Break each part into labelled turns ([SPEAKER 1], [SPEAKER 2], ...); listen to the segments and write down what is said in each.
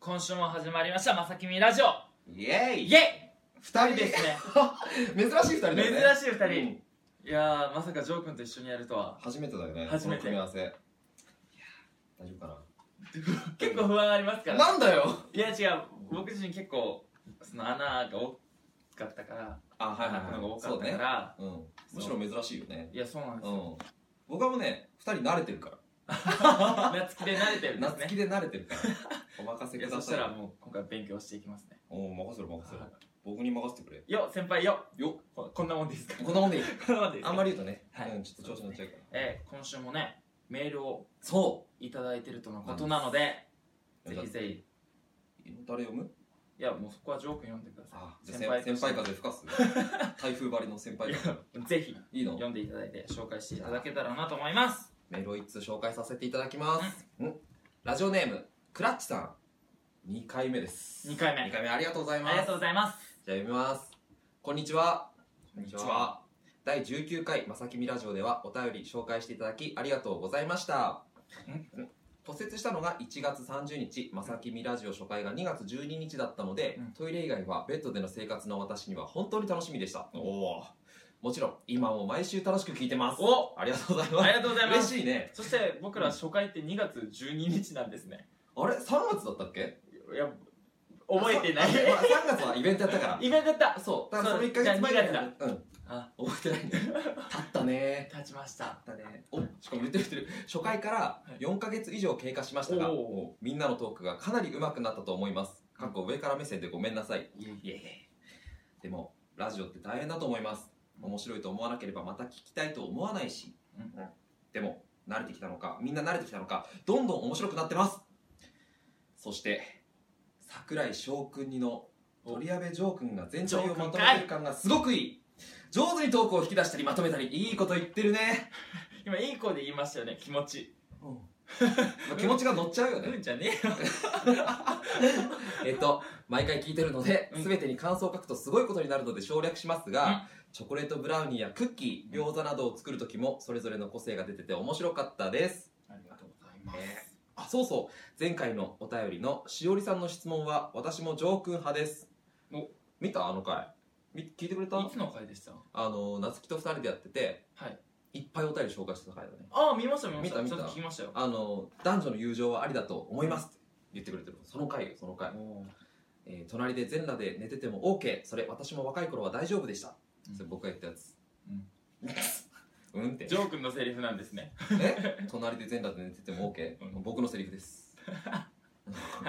[SPEAKER 1] 今週も始まりました「まさきみラジオ
[SPEAKER 2] イエ」ーイ
[SPEAKER 1] イエ
[SPEAKER 2] 二
[SPEAKER 1] イ
[SPEAKER 2] 人です
[SPEAKER 1] ね
[SPEAKER 2] 珍しい二人だ
[SPEAKER 1] 珍
[SPEAKER 2] よね
[SPEAKER 1] しい2人、
[SPEAKER 2] うん
[SPEAKER 1] いやーまさかジョー君と一緒にやると は
[SPEAKER 2] 初めてだよね
[SPEAKER 1] 初めて
[SPEAKER 2] この組み合わせいやー大丈夫か
[SPEAKER 1] 結構不安ありますか
[SPEAKER 2] な
[SPEAKER 1] ら
[SPEAKER 2] なんだよ
[SPEAKER 1] いや違う僕自身結構その穴が多かったから
[SPEAKER 2] あ
[SPEAKER 1] 穴開くのが多か
[SPEAKER 2] そう
[SPEAKER 1] った
[SPEAKER 2] ね
[SPEAKER 1] か、ら、
[SPEAKER 2] うん、むしろ珍しいよね
[SPEAKER 1] いやそうなんです
[SPEAKER 2] う
[SPEAKER 1] よ、
[SPEAKER 2] ん僕はもうね二人慣れてるから
[SPEAKER 1] 夏希で慣れてるんです
[SPEAKER 2] 夏
[SPEAKER 1] ね
[SPEAKER 2] 希で慣れ てるからお任せ
[SPEAKER 1] い
[SPEAKER 2] く
[SPEAKER 1] や
[SPEAKER 2] ださ
[SPEAKER 1] そ
[SPEAKER 2] い
[SPEAKER 1] したらもう今回勉強していきますね
[SPEAKER 2] おお任せろ任せろ
[SPEAKER 1] はい
[SPEAKER 2] 僕に任せてくれ
[SPEAKER 1] よ先輩よ
[SPEAKER 2] よ
[SPEAKER 1] ここんなもんでいいですか
[SPEAKER 2] こんなもんでいい
[SPEAKER 1] こんなもんでいいですか
[SPEAKER 2] あんまり言うとね、
[SPEAKER 1] はい
[SPEAKER 2] うん、ちょっと調子乗っちゃうから
[SPEAKER 1] えー今週もねメールを
[SPEAKER 2] そ
[SPEAKER 1] いただいてるとのことなのでぜひぜひ
[SPEAKER 2] う誰読む
[SPEAKER 1] いやもうそこはジョー君読んでくださ
[SPEAKER 2] あ
[SPEAKER 1] い
[SPEAKER 2] じゃあ先輩
[SPEAKER 1] と
[SPEAKER 2] 先
[SPEAKER 1] して
[SPEAKER 2] 輩風吹か す台風張りの先輩風
[SPEAKER 1] いやぜひ
[SPEAKER 2] いいの
[SPEAKER 1] 読んでいただいて紹介していただけたらなと思います
[SPEAKER 2] メールを一通紹介させていただきます、うんラジオネームクラッチさん2回目です
[SPEAKER 1] 2回目
[SPEAKER 2] 2回目ありがとうござい
[SPEAKER 1] あ
[SPEAKER 2] ま
[SPEAKER 1] り
[SPEAKER 2] す
[SPEAKER 1] がとうございます
[SPEAKER 2] じゃあ読みますこんにちは
[SPEAKER 1] こんにちは
[SPEAKER 2] 第19回まさきみラジオではお便り紹介していただきありがとうございました骨折したのが1月30日まさきみラジオ初回が2月12日だったので、
[SPEAKER 1] うん
[SPEAKER 2] トイレ以外はベッドでの生活の私には本当に楽しみでしたおおもちろん今も毎週楽しく聞いてます
[SPEAKER 1] お
[SPEAKER 2] ありがとうございます
[SPEAKER 1] ありがとうございます
[SPEAKER 2] 嬉しいね
[SPEAKER 1] そして僕ら初回って2月12日なんですね
[SPEAKER 2] あれ3月だったっけ
[SPEAKER 1] いや覚えてない
[SPEAKER 2] あさあまあ3月はイベントやったか
[SPEAKER 1] イベントだった
[SPEAKER 2] らそうだからそ
[SPEAKER 1] そ
[SPEAKER 2] の
[SPEAKER 1] う
[SPEAKER 2] 1ヶ月前
[SPEAKER 1] じゃあ2月だ
[SPEAKER 2] うん
[SPEAKER 1] あ
[SPEAKER 2] 覚えてないんだよ経ったね
[SPEAKER 1] 立ちました
[SPEAKER 2] だねおしかも言ってる言ってる初回から4ヶ月以上経過しましたが
[SPEAKER 1] おー
[SPEAKER 2] もうみんなのトークがかなり上手くなったと思いますかっこ上から目線でごめんなさい
[SPEAKER 1] いえいえ
[SPEAKER 2] でもラジオって大変だと思います面白いと思わなければまた聞きたいと思わないし
[SPEAKER 1] うん
[SPEAKER 2] でも慣れてきたのかみんな慣れてきたのかどんどん面白くなってますそして桜井翔くんにの鳥矢部ジョーくんが全体をまとめてる感がすごくいい上手にトークを引き出したりまとめたりいいこと言ってるね、
[SPEAKER 1] 今いい声で言いましたよね気持ち
[SPEAKER 2] まあ気持ちが乗っちゃうよね
[SPEAKER 1] うんじゃねえよ
[SPEAKER 2] えっと、毎回聞いてるので
[SPEAKER 1] う、ん
[SPEAKER 2] すべてに感想を書くとすごいことになるので省略しますが、
[SPEAKER 1] うん
[SPEAKER 2] チョコレートブラウニーやクッキー、餃子などを作るときも、それぞれの個性が出てて面白かったです。
[SPEAKER 1] ありがとうござい
[SPEAKER 2] ますあ、そうそう。前回のお便りのしおりさんの質問は、私もジョー君派です。
[SPEAKER 1] お
[SPEAKER 2] 見たあの回。み聞いてくれた
[SPEAKER 1] いつの回でした
[SPEAKER 2] あの、夏希と二人でやってて、
[SPEAKER 1] はい
[SPEAKER 2] いっぱいお便り紹介してた回だね。
[SPEAKER 1] ああ見ました見ました
[SPEAKER 2] 見た見
[SPEAKER 1] ちょっ
[SPEAKER 2] た
[SPEAKER 1] と聞きましたよ
[SPEAKER 2] あの、男女の友情はありだと思いますって言ってくれてる。その回よ、その回。
[SPEAKER 1] おー
[SPEAKER 2] えー隣で全裸で寝てても OK それ私も若い頃は大丈夫でした、
[SPEAKER 1] うん
[SPEAKER 2] それ僕が言ったやつ
[SPEAKER 1] うん
[SPEAKER 2] うんうんって
[SPEAKER 1] ジョー君のセリフなんですね
[SPEAKER 2] え隣で全裸で寝てても OK、
[SPEAKER 1] うん
[SPEAKER 2] 僕のセリフです
[SPEAKER 1] は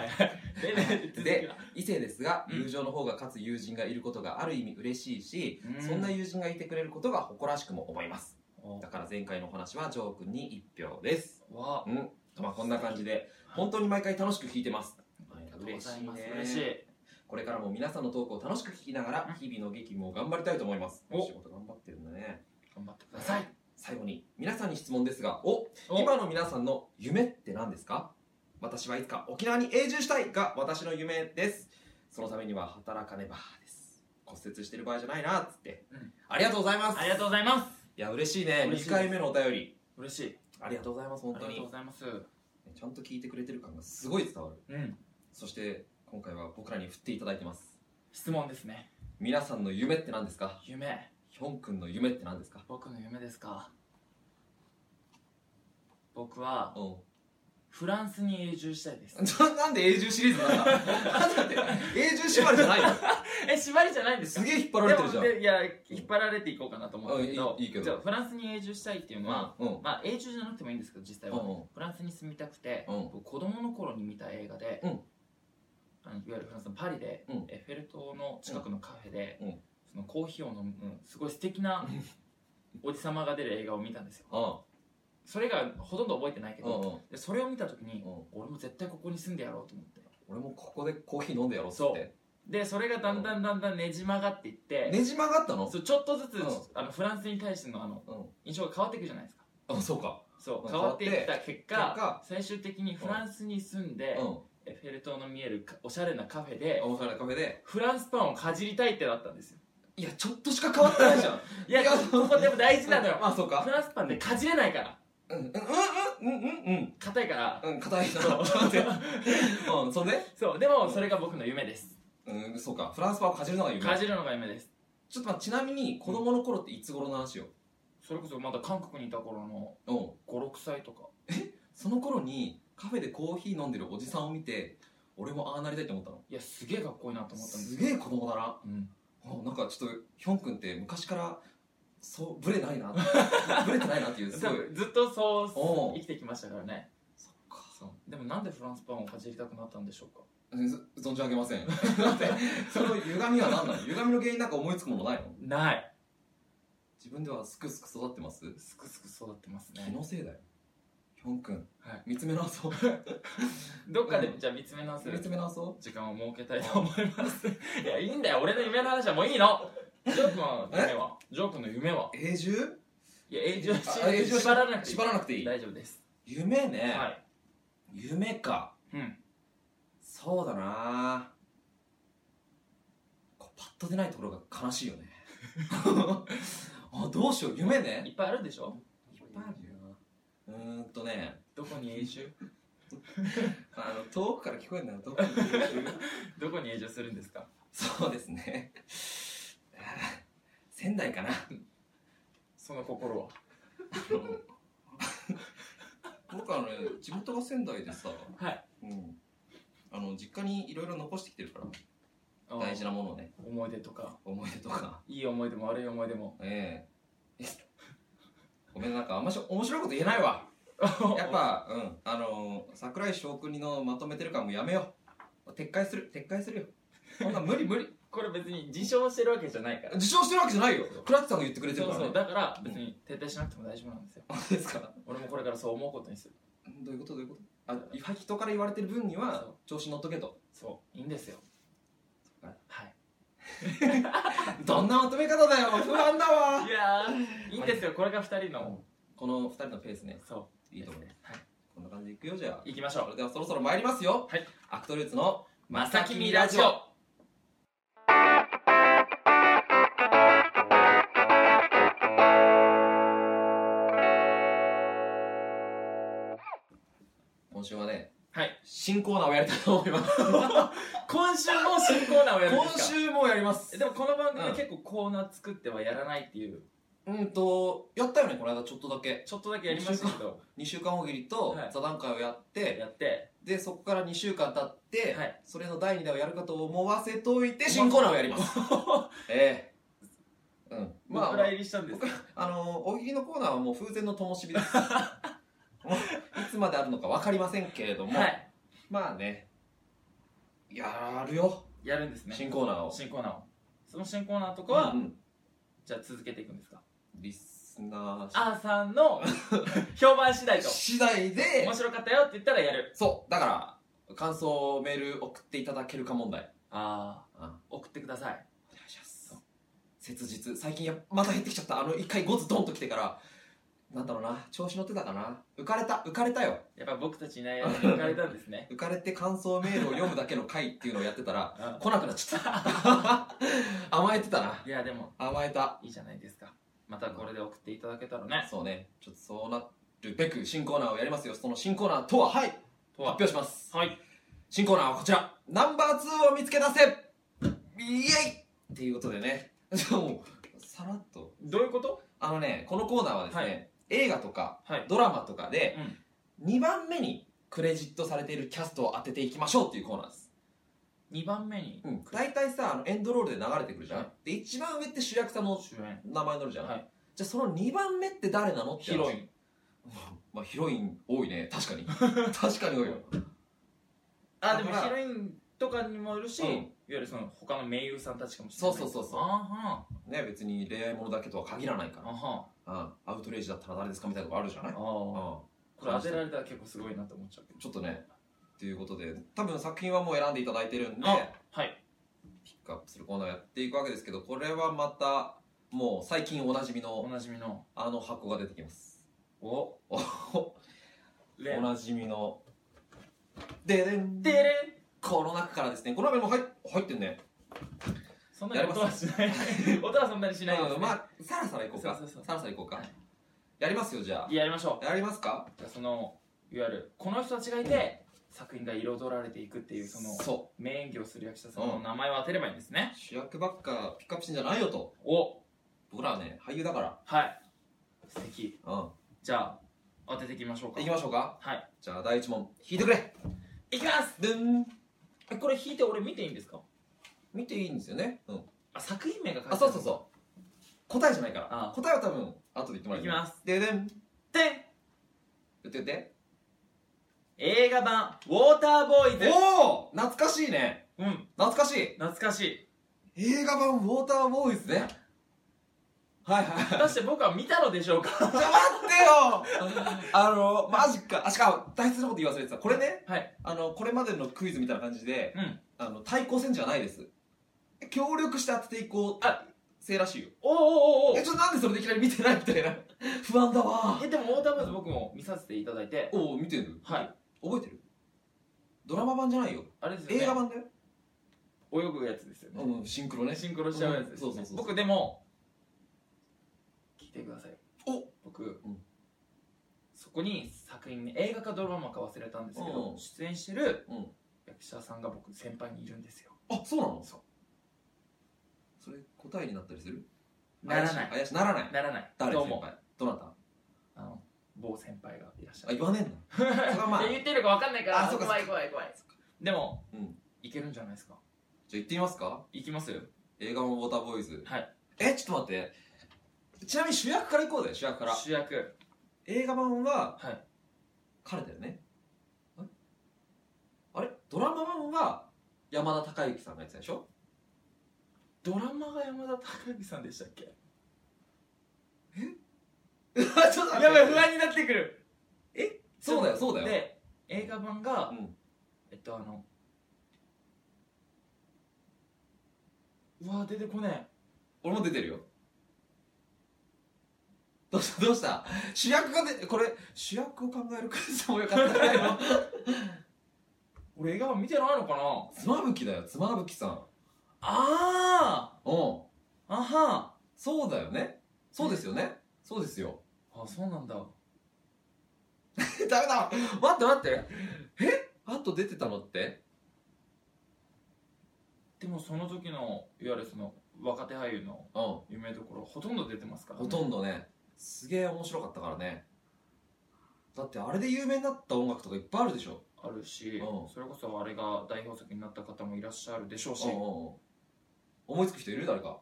[SPEAKER 1] いはいで 続き
[SPEAKER 2] で
[SPEAKER 1] は
[SPEAKER 2] 異性ですが
[SPEAKER 1] うん
[SPEAKER 2] 友情の方が勝つ友人がいることがある意味嬉しいし、
[SPEAKER 1] うん
[SPEAKER 2] そんな友人がいてくれることが誇らしくも思います
[SPEAKER 1] お
[SPEAKER 2] だから前回のお話はジョー君に1票です
[SPEAKER 1] わあ
[SPEAKER 2] うんまあこんな感じで
[SPEAKER 1] はい
[SPEAKER 2] 本当に毎回楽しく聞いてます
[SPEAKER 1] ありがとうございます
[SPEAKER 2] 嬉しいね
[SPEAKER 1] 嬉しい
[SPEAKER 2] これからも皆さんのトークを楽しく聞きながら日々の激務を頑張りたいと思います
[SPEAKER 1] お
[SPEAKER 2] 仕事頑張ってるんだね
[SPEAKER 1] 頑張ってください
[SPEAKER 2] 最後に皆さんに質問ですがお
[SPEAKER 1] お
[SPEAKER 2] 今の皆さんの夢って何ですか私はいつか沖縄に永住したいが私の夢ですそのためには働かねばです骨折してる場合じゃないなっつって、
[SPEAKER 1] うん
[SPEAKER 2] ありがとうございます
[SPEAKER 1] ありがとうございます
[SPEAKER 2] いや嬉しいね
[SPEAKER 1] 嬉しいです
[SPEAKER 2] 2回目のお便り
[SPEAKER 1] 嬉しい
[SPEAKER 2] ありがとうございます本
[SPEAKER 1] あり
[SPEAKER 2] 当
[SPEAKER 1] が
[SPEAKER 2] に
[SPEAKER 1] とうございます
[SPEAKER 2] ちゃんと聞いてくれてる感がすごい伝わ
[SPEAKER 1] う
[SPEAKER 2] る
[SPEAKER 1] ん
[SPEAKER 2] そして今回は僕らに振っていただいてます
[SPEAKER 1] 質問ですね
[SPEAKER 2] 皆さんの夢って何ですか
[SPEAKER 1] 夢
[SPEAKER 2] ヒョン君の夢って何ですか
[SPEAKER 1] 僕の夢ですか僕は
[SPEAKER 2] うん
[SPEAKER 1] フランスに永住したいです
[SPEAKER 2] な なんで永住シリーズなんだ なんだって永住縛りじゃないの
[SPEAKER 1] え縛りじゃないんです
[SPEAKER 2] す
[SPEAKER 1] か
[SPEAKER 2] げえ引っ張られてるじゃん
[SPEAKER 1] でもでいや引っ張られていこうかなと思うんだけど
[SPEAKER 2] うんいいいいけど
[SPEAKER 1] じゃあフランスに永住したいっていうのは、
[SPEAKER 2] うんうん
[SPEAKER 1] まあ永住じゃなくてもいいんですけど実際は、
[SPEAKER 2] うんうん
[SPEAKER 1] フランスに住みたくて、
[SPEAKER 2] うん
[SPEAKER 1] 僕子供の頃に見た映画で、
[SPEAKER 2] うん
[SPEAKER 1] あのいわゆるフランスのパリで、
[SPEAKER 2] うん
[SPEAKER 1] エッフェル塔の近くのカフェで、
[SPEAKER 2] うん
[SPEAKER 1] そのコーヒーを飲む、すごい素敵なおじ様が出る映画を見たんですよそれがほとんど覚えてないけ
[SPEAKER 2] うん
[SPEAKER 1] ど、
[SPEAKER 2] うん
[SPEAKER 1] でそれを見た時に、
[SPEAKER 2] うん
[SPEAKER 1] 俺も絶対ここに住んでやろうと思って
[SPEAKER 2] 俺もここでコーヒー飲んでやろうっつっ
[SPEAKER 1] そ
[SPEAKER 2] て
[SPEAKER 1] でそれがだんだんだんだんねじ曲がっていって、
[SPEAKER 2] ねじ曲がったの
[SPEAKER 1] そうちょっとずつ、
[SPEAKER 2] うん
[SPEAKER 1] あのフランスに対してのあの
[SPEAKER 2] う
[SPEAKER 1] 印象が変わっていくじゃないですか
[SPEAKER 2] んあそうか
[SPEAKER 1] そううん変わっていった結果
[SPEAKER 2] 結果
[SPEAKER 1] 最終的にフランスに住んで、
[SPEAKER 2] うん
[SPEAKER 1] エッフェル塔の見えるかおしゃれなカフェで
[SPEAKER 2] おしゃれなカフェで
[SPEAKER 1] フランスパンをかじりたいってなったんですよ
[SPEAKER 2] いやちょっとしか変わって ないじゃん
[SPEAKER 1] いや
[SPEAKER 2] いや
[SPEAKER 1] ここでも大事なのよ
[SPEAKER 2] まあそう
[SPEAKER 1] フ
[SPEAKER 2] か
[SPEAKER 1] ランスパンでかじれないから
[SPEAKER 2] うんうんうんうんうんうんうん
[SPEAKER 1] 硬いから
[SPEAKER 2] うん硬いなうんそれで
[SPEAKER 1] そうでもそれが僕の夢です
[SPEAKER 2] うんそうかフランスパンをかじるのが夢
[SPEAKER 1] かじるのが夢です
[SPEAKER 2] ちょっとまあちなみに子供の頃っていつ頃の話よ
[SPEAKER 1] それこそまだ韓国にいた頃の
[SPEAKER 2] うん
[SPEAKER 1] 56歳とか
[SPEAKER 2] その頃にカフェでコーヒー飲んでるおじさんを見て俺もああなりたいと思ったの
[SPEAKER 1] いやすげえかっこいいなと思ったんですす
[SPEAKER 2] げえ子供だな
[SPEAKER 1] うん、
[SPEAKER 2] あなんかちょっとヒョン君って昔からそうブレないなブレてないな っていうす
[SPEAKER 1] 多
[SPEAKER 2] ごい
[SPEAKER 1] 分ずっとそう
[SPEAKER 2] おう
[SPEAKER 1] 生きてきましたからね
[SPEAKER 2] そっか
[SPEAKER 1] そうでもなんでフランスパンをかじりたくなったんでしょうか
[SPEAKER 2] うんず存じ上げませ んだってその歪みは何なの歪みの原因なんか思いつくものないの
[SPEAKER 1] ない
[SPEAKER 2] 自分ではすくすく育ってます
[SPEAKER 1] すくすく育ってます
[SPEAKER 2] 気
[SPEAKER 1] ね
[SPEAKER 2] のせいだよヒョン君、
[SPEAKER 1] はい
[SPEAKER 2] 見つめ直そう
[SPEAKER 1] どっかで、
[SPEAKER 2] うん
[SPEAKER 1] じゃあ見つめ直す
[SPEAKER 2] 見つめ直そ
[SPEAKER 1] 時間を設けたいと思います いやいいんだよ俺の夢の話はもういいのジョー君の夢はジョー君の夢は
[SPEAKER 2] う永住
[SPEAKER 1] いや永住し
[SPEAKER 2] あ永住し
[SPEAKER 1] 縛らなくていい
[SPEAKER 2] 縛らなくていい
[SPEAKER 1] 大丈夫です、
[SPEAKER 2] 夢ね、
[SPEAKER 1] はい
[SPEAKER 2] 夢か
[SPEAKER 1] うん
[SPEAKER 2] そうだなこうパッと出ないところが悲しい よねあどうしよう夢
[SPEAKER 1] い
[SPEAKER 2] ね
[SPEAKER 1] っぱいあるでしょ
[SPEAKER 2] いっぱいあるよなうーんとね
[SPEAKER 1] どこに永住
[SPEAKER 2] あの遠くから聞こえるんだよ遠くから聞 こえる
[SPEAKER 1] どこに永住するんですか
[SPEAKER 2] そうですねあー仙台かな
[SPEAKER 1] その心は
[SPEAKER 2] あの僕はね地元が仙台でさ、
[SPEAKER 1] はい
[SPEAKER 2] うん、あの実家にいろいろ残してきてるから
[SPEAKER 1] あの
[SPEAKER 2] 大事なものをね
[SPEAKER 1] 思い出とか
[SPEAKER 2] 思い出とか
[SPEAKER 1] いい思い出も悪い思い出も
[SPEAKER 2] ええごめんなんかあんまし面白いこと言えないわやっ ぱうんあのー、桜井翔くんのまとめてる感もやめよう撤回する撤回するよこんな無理無理
[SPEAKER 1] これ別に自称してるわけじゃないから
[SPEAKER 2] 自称してるわけじゃないよクラッチさんが言ってくれて
[SPEAKER 1] そ
[SPEAKER 2] る
[SPEAKER 1] う
[SPEAKER 2] か
[SPEAKER 1] そ
[SPEAKER 2] ら、
[SPEAKER 1] う
[SPEAKER 2] ね、
[SPEAKER 1] だから別に徹底しなくても大丈夫なんですよ
[SPEAKER 2] あそうですか
[SPEAKER 1] 俺もこれからそう思うことにする
[SPEAKER 2] どういうことどういうことあい人から言われてる分には調子に乗っとけと
[SPEAKER 1] そういいんですよ
[SPEAKER 2] そっか
[SPEAKER 1] はい
[SPEAKER 2] どんなまとめ方だよ不安だわ
[SPEAKER 1] いやーいいんですよこれが2人の
[SPEAKER 2] この二人のペースね
[SPEAKER 1] そ
[SPEAKER 2] いいと思う
[SPEAKER 1] はい
[SPEAKER 2] こんな感じでいくよじゃあ
[SPEAKER 1] う行きましょ
[SPEAKER 2] そうれではそろそろ参りますよ、
[SPEAKER 1] はい、
[SPEAKER 2] アクトルーツの「
[SPEAKER 1] まさきみラジオ」
[SPEAKER 2] 今週はね
[SPEAKER 1] はい
[SPEAKER 2] 新コーナーをやりたいと思います
[SPEAKER 1] 今週も新コーナーをやるんで
[SPEAKER 2] 今
[SPEAKER 1] すか
[SPEAKER 2] 週もやります
[SPEAKER 1] えでもこの番組
[SPEAKER 2] うん
[SPEAKER 1] 結構コーナー作ってはやらないっていう
[SPEAKER 2] うんとやったよねこの間ちょっとだけ
[SPEAKER 1] ちょっとだけやりましたけど
[SPEAKER 2] 2週間大喜利と
[SPEAKER 1] はい
[SPEAKER 2] 座談会をやって、
[SPEAKER 1] やって
[SPEAKER 2] でそこから2週間経って、
[SPEAKER 1] はい
[SPEAKER 2] それの第2弾をやるかと思わせといて新コーナーをやりますええうん
[SPEAKER 1] ま
[SPEAKER 2] ま
[SPEAKER 1] あ
[SPEAKER 2] あ
[SPEAKER 1] 僕ら入りしたんです
[SPEAKER 2] 僕あの大喜利のコーナーはもう風前の灯火ですもういつまであるのか分かりませんけれども、
[SPEAKER 1] はい
[SPEAKER 2] まあねやるよ
[SPEAKER 1] やるんですね
[SPEAKER 2] 新コーナーを
[SPEAKER 1] 新コーナーをその新コーナーとかは、
[SPEAKER 2] うんうん
[SPEAKER 1] じゃあ続けていくんですか
[SPEAKER 2] リスナー
[SPEAKER 1] あーさん の評判次第と
[SPEAKER 2] 次第で
[SPEAKER 1] 面白かったよって言ったらやる
[SPEAKER 2] そうだから感想をメール送っていただけるか問題
[SPEAKER 1] あ
[SPEAKER 2] うんお願
[SPEAKER 1] あ送ってください
[SPEAKER 2] いします切実最近やまた減ってきちゃったあの一回ゴツドンと来てからなんだろうな調子乗ってたかな浮かれた浮かれたよ
[SPEAKER 1] やっぱ僕たちいない間に抜かれたんですね
[SPEAKER 2] 浮かれて感想メールを読むだけの回っていうのをやってたら
[SPEAKER 1] あ
[SPEAKER 2] 来なくなっちゃった 甘えてたない
[SPEAKER 1] やでも
[SPEAKER 2] 甘えた
[SPEAKER 1] いいじゃないですかまたこれで送っていただけたらね
[SPEAKER 2] そうねちょっとそうなるべく新コーナーをやりますよその新コーナーとははい発
[SPEAKER 1] とは
[SPEAKER 2] 表します
[SPEAKER 1] はい
[SPEAKER 2] 新コーナーはこちらナンバー2を見つけ出せイエイっていうことでね もうさらっと
[SPEAKER 1] どういうこと
[SPEAKER 2] あのねこのコーナーはですね、
[SPEAKER 1] は
[SPEAKER 2] 映画とか
[SPEAKER 1] はい
[SPEAKER 2] ドラマとかで
[SPEAKER 1] うん
[SPEAKER 2] 2番目にクレジットされているキャストを当てていきましょうっていうコーナーです、
[SPEAKER 1] 2番目に
[SPEAKER 2] うん、大体さあのエンドロールで流れてくるじゃん、
[SPEAKER 1] はい
[SPEAKER 2] で一番上って主役さんの
[SPEAKER 1] 主演
[SPEAKER 2] 名前乗るじゃん、
[SPEAKER 1] はい
[SPEAKER 2] じゃあその2番目って誰なのって
[SPEAKER 1] ヒロイ
[SPEAKER 2] ン、
[SPEAKER 1] ン
[SPEAKER 2] まあ、ヒロイン多いね 確かに確かに多いよ
[SPEAKER 1] あでも
[SPEAKER 2] だから
[SPEAKER 1] ヒロインとかにもいるし、
[SPEAKER 2] うん
[SPEAKER 1] いわゆるその他の名優さんたちかもしれない
[SPEAKER 2] そうそうそうそう
[SPEAKER 1] あ
[SPEAKER 2] ね別に恋愛ものだけとは限らないか
[SPEAKER 1] はん
[SPEAKER 2] ら
[SPEAKER 1] あは
[SPEAKER 2] うんアウトレイジだったら誰ですかみたいなとこあるじゃない
[SPEAKER 1] ん
[SPEAKER 2] うん
[SPEAKER 1] ああこれ当てられたら結構すごいなと思っちゃうけど
[SPEAKER 2] ちょっとねということで多分作品はもう選んでいただいてるんで
[SPEAKER 1] あはい
[SPEAKER 2] ピックアップするコーナーをやっていくわけですけどこれはまたもう最近おなじみ
[SPEAKER 1] お
[SPEAKER 2] の
[SPEAKER 1] なじみの
[SPEAKER 2] あの箱が出てきます
[SPEAKER 1] お
[SPEAKER 2] お
[SPEAKER 1] レ
[SPEAKER 2] お
[SPEAKER 1] ン
[SPEAKER 2] なじみのででん
[SPEAKER 1] デレン
[SPEAKER 2] この中からですねこの辺も入っ入ってんね
[SPEAKER 1] そんなに音はしない音はそんなにしないです、ね
[SPEAKER 2] うんまあさらさらいこうか
[SPEAKER 1] そうそうそう
[SPEAKER 2] さらさらいこうか
[SPEAKER 1] はい
[SPEAKER 2] やりますよじゃ
[SPEAKER 1] やりましょ
[SPEAKER 2] あやりますか
[SPEAKER 1] うじゃあそのいわゆるこの人たちがいて作品が彩られていくっていうその
[SPEAKER 2] そ
[SPEAKER 1] 名演技をする役者さんの名前を当てればいいんですね
[SPEAKER 2] う、主役ばっかピックアップしてんじゃないよと
[SPEAKER 1] お
[SPEAKER 2] 僕らはね俳優だから
[SPEAKER 1] はい素敵
[SPEAKER 2] うん
[SPEAKER 1] じゃあ当てていきましょうか
[SPEAKER 2] いきましょうか
[SPEAKER 1] はい
[SPEAKER 2] じゃあ第一問引いてくれ
[SPEAKER 1] いきます
[SPEAKER 2] でん
[SPEAKER 1] えこれ引いて俺見ていいんですか
[SPEAKER 2] 見ていいんですよねうん
[SPEAKER 1] あ作品名が書いて
[SPEAKER 2] あそうそう
[SPEAKER 1] う
[SPEAKER 2] そう答えじゃないから
[SPEAKER 1] ああ
[SPEAKER 2] 答えは多分後で言ってもらえ
[SPEAKER 1] いきます
[SPEAKER 2] ででん
[SPEAKER 1] で
[SPEAKER 2] 言って言って
[SPEAKER 1] 映画版「ウォーターボーイズ
[SPEAKER 2] おお懐かしいね」
[SPEAKER 1] うん
[SPEAKER 2] 懐かしい
[SPEAKER 1] 懐かしい
[SPEAKER 2] 映画版ウォーターボーイズねはいはい
[SPEAKER 1] 果たして僕は見たのでしょう か
[SPEAKER 2] ちょ待ってよあのマジかあしかも大切なこと言い忘れてたこれね
[SPEAKER 1] はい
[SPEAKER 2] あのこれまでのクイズみたいな感じで
[SPEAKER 1] うん
[SPEAKER 2] あの対抗戦じゃないです協力して当てていこう
[SPEAKER 1] あ
[SPEAKER 2] せいらしいよ
[SPEAKER 1] おうおうおうお
[SPEAKER 2] え
[SPEAKER 1] う
[SPEAKER 2] ちょっとなんでそれでいきなり見てないみたいな不安だわ
[SPEAKER 1] えでもウォーターボーイズ僕も見させていただいて
[SPEAKER 2] おお見てる
[SPEAKER 1] はい
[SPEAKER 2] 覚えてるドラマ版じゃないよ
[SPEAKER 1] あれですよね
[SPEAKER 2] 映画版だよ、
[SPEAKER 1] 泳ぐやつですよね
[SPEAKER 2] うん、シンクロね
[SPEAKER 1] シンクロしちゃうやつですよね、
[SPEAKER 2] うんそうそうそう
[SPEAKER 1] 僕でも聞いてください
[SPEAKER 2] お
[SPEAKER 1] 僕、
[SPEAKER 2] ん
[SPEAKER 1] そこに作品に映画かドラマか忘れたんですけど、
[SPEAKER 2] うん
[SPEAKER 1] 出演してる
[SPEAKER 2] うん
[SPEAKER 1] 役者さんが僕先輩にいるんですよ
[SPEAKER 2] あそうなの
[SPEAKER 1] そう
[SPEAKER 2] それ答えになったりする
[SPEAKER 1] ならない
[SPEAKER 2] 怪しい怪しいならない
[SPEAKER 1] ならない
[SPEAKER 2] 誰
[SPEAKER 1] ど
[SPEAKER 2] 先
[SPEAKER 1] うも
[SPEAKER 2] 輩どなた
[SPEAKER 1] あの某先輩がいらっしゃ
[SPEAKER 2] あ
[SPEAKER 1] る
[SPEAKER 2] 言わねえ んだそれはまあ
[SPEAKER 1] え言ってるか分かんないから
[SPEAKER 2] あそうか
[SPEAKER 1] 怖い怖い怖いでも、
[SPEAKER 2] うん
[SPEAKER 1] いけるんじゃないですか
[SPEAKER 2] じゃあ行ってみますか
[SPEAKER 1] いきます
[SPEAKER 2] 映画もウォーターボーイズ
[SPEAKER 1] はい
[SPEAKER 2] えちょっと待ってちなみに主役からいこうぜ主役から
[SPEAKER 1] 主役
[SPEAKER 2] 映画版は
[SPEAKER 1] はい
[SPEAKER 2] 彼だよねんあれドラマ版は山田孝之さんがやってたでしょ
[SPEAKER 1] ドラマが山田孝之さんでしたっけ
[SPEAKER 2] ちょっと
[SPEAKER 1] やばい不安になってくる
[SPEAKER 2] そうだよそうだよ
[SPEAKER 1] で映画版が、
[SPEAKER 2] うん
[SPEAKER 1] えっとあのうわ出てこね
[SPEAKER 2] 俺も出てるよどうしたどうした主役がでこれ主役を考えるクイズもよかったんだよ
[SPEAKER 1] え俺映画版見てないのかな
[SPEAKER 2] 妻夫木だよ妻夫木さん
[SPEAKER 1] あ
[SPEAKER 2] うん
[SPEAKER 1] ああは
[SPEAKER 2] そうだよねそうですよねそうですよ
[SPEAKER 1] あそうなんだ
[SPEAKER 2] ダメだ待って待ってえあと出てたのって
[SPEAKER 1] でもその時のいわゆるその若手俳優の
[SPEAKER 2] うん
[SPEAKER 1] 有名どころほとんど出てますから、
[SPEAKER 2] ほとんどねすげえ面白かったからねだってあれで有名になった音楽とかいっぱいあるでしょ
[SPEAKER 1] あるし、
[SPEAKER 2] うん
[SPEAKER 1] それこそあれが代表作になった方もいらっしゃるでしょうし、
[SPEAKER 2] うんうんうん思いつく人いる誰か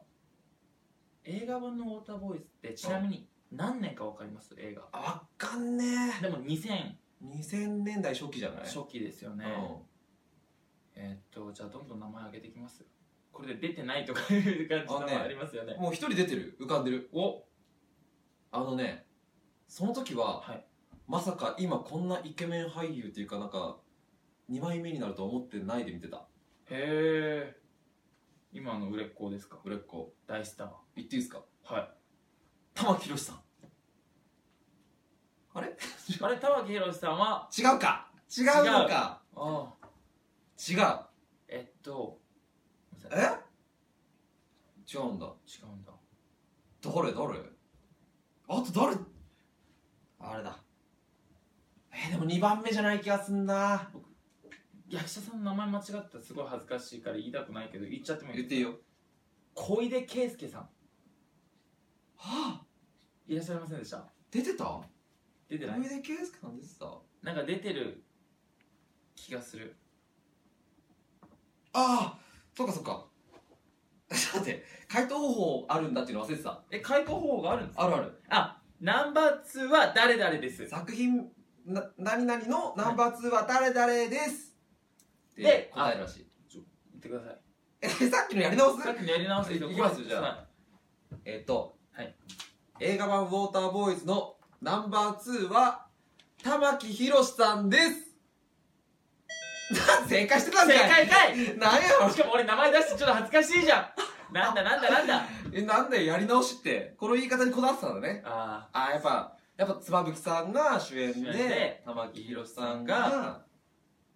[SPEAKER 1] 映画版の「ウォーターボーイズ」ってちなみに何年か分かります映画
[SPEAKER 2] あわかんね
[SPEAKER 1] でも2000
[SPEAKER 2] え2000年代初期じゃない
[SPEAKER 1] 初期ですよ
[SPEAKER 2] う
[SPEAKER 1] ね、
[SPEAKER 2] ん
[SPEAKER 1] えーっとじゃあどんどん名前上げていきますこれで出てないとかいう感じの
[SPEAKER 2] あ
[SPEAKER 1] も
[SPEAKER 2] ね
[SPEAKER 1] ありますよね
[SPEAKER 2] もう一人出てる浮かんでる
[SPEAKER 1] お
[SPEAKER 2] あのねその時は、
[SPEAKER 1] はい
[SPEAKER 2] まさか今こんなイケメン俳優っていうかなんか2枚目になるとは思ってないで見てた
[SPEAKER 1] へえ今の売れっ子ですか
[SPEAKER 2] 売れっ子
[SPEAKER 1] 大スター
[SPEAKER 2] 言っていいですか
[SPEAKER 1] は
[SPEAKER 2] 玉木宏さんあれ
[SPEAKER 1] いあれ玉木宏さんは
[SPEAKER 2] 違うか違うのか
[SPEAKER 1] ああ
[SPEAKER 2] 違う
[SPEAKER 1] えっとごめんなさい
[SPEAKER 2] え違うんだ
[SPEAKER 1] 違うんだ
[SPEAKER 2] 誰誰あと誰あれだえーでも2番目じゃない気がすんな
[SPEAKER 1] 役者さんの名前間違ったらすごい恥ずかしいから言いたくないけど言っちゃってもいい
[SPEAKER 2] 言っていいよ
[SPEAKER 1] 小出圭介さん
[SPEAKER 2] はあ
[SPEAKER 1] いらっしゃいませんでした
[SPEAKER 2] 出てた
[SPEAKER 1] 出てない
[SPEAKER 2] 上で圭介さん出てた
[SPEAKER 1] なんか出てる気がする
[SPEAKER 2] ああそっかそっか だって回答方法あるんだっていうの忘れてた
[SPEAKER 1] え解雇方法があるんですか
[SPEAKER 2] あるある
[SPEAKER 1] あナンバー2は誰々です
[SPEAKER 2] 作品な何々のナンバー2は誰々です、
[SPEAKER 1] い
[SPEAKER 2] で
[SPEAKER 1] で
[SPEAKER 2] 答えるらしい
[SPEAKER 1] 言ってください
[SPEAKER 2] えさっきのやり直す
[SPEAKER 1] さっきのやり直していいとこ
[SPEAKER 2] いきますよじゃあ
[SPEAKER 1] は
[SPEAKER 2] えっと、
[SPEAKER 1] はい
[SPEAKER 2] 映画版「ウォーターボーイズ」のナンバー2は玉木宏さんです 正解してた
[SPEAKER 1] い
[SPEAKER 2] ん
[SPEAKER 1] 正
[SPEAKER 2] か
[SPEAKER 1] 解
[SPEAKER 2] い
[SPEAKER 1] かい
[SPEAKER 2] なんやろ
[SPEAKER 1] しかも俺名前出してちょっと恥ずかしいじゃんなんだなんだなんだ
[SPEAKER 2] えなんでやり直しってこの言い方にこだわってたんだね
[SPEAKER 1] あ
[SPEAKER 2] あーやっぱやっぱ妻夫木さんが主演
[SPEAKER 1] 主
[SPEAKER 2] で
[SPEAKER 1] 演で
[SPEAKER 2] 玉木宏さんが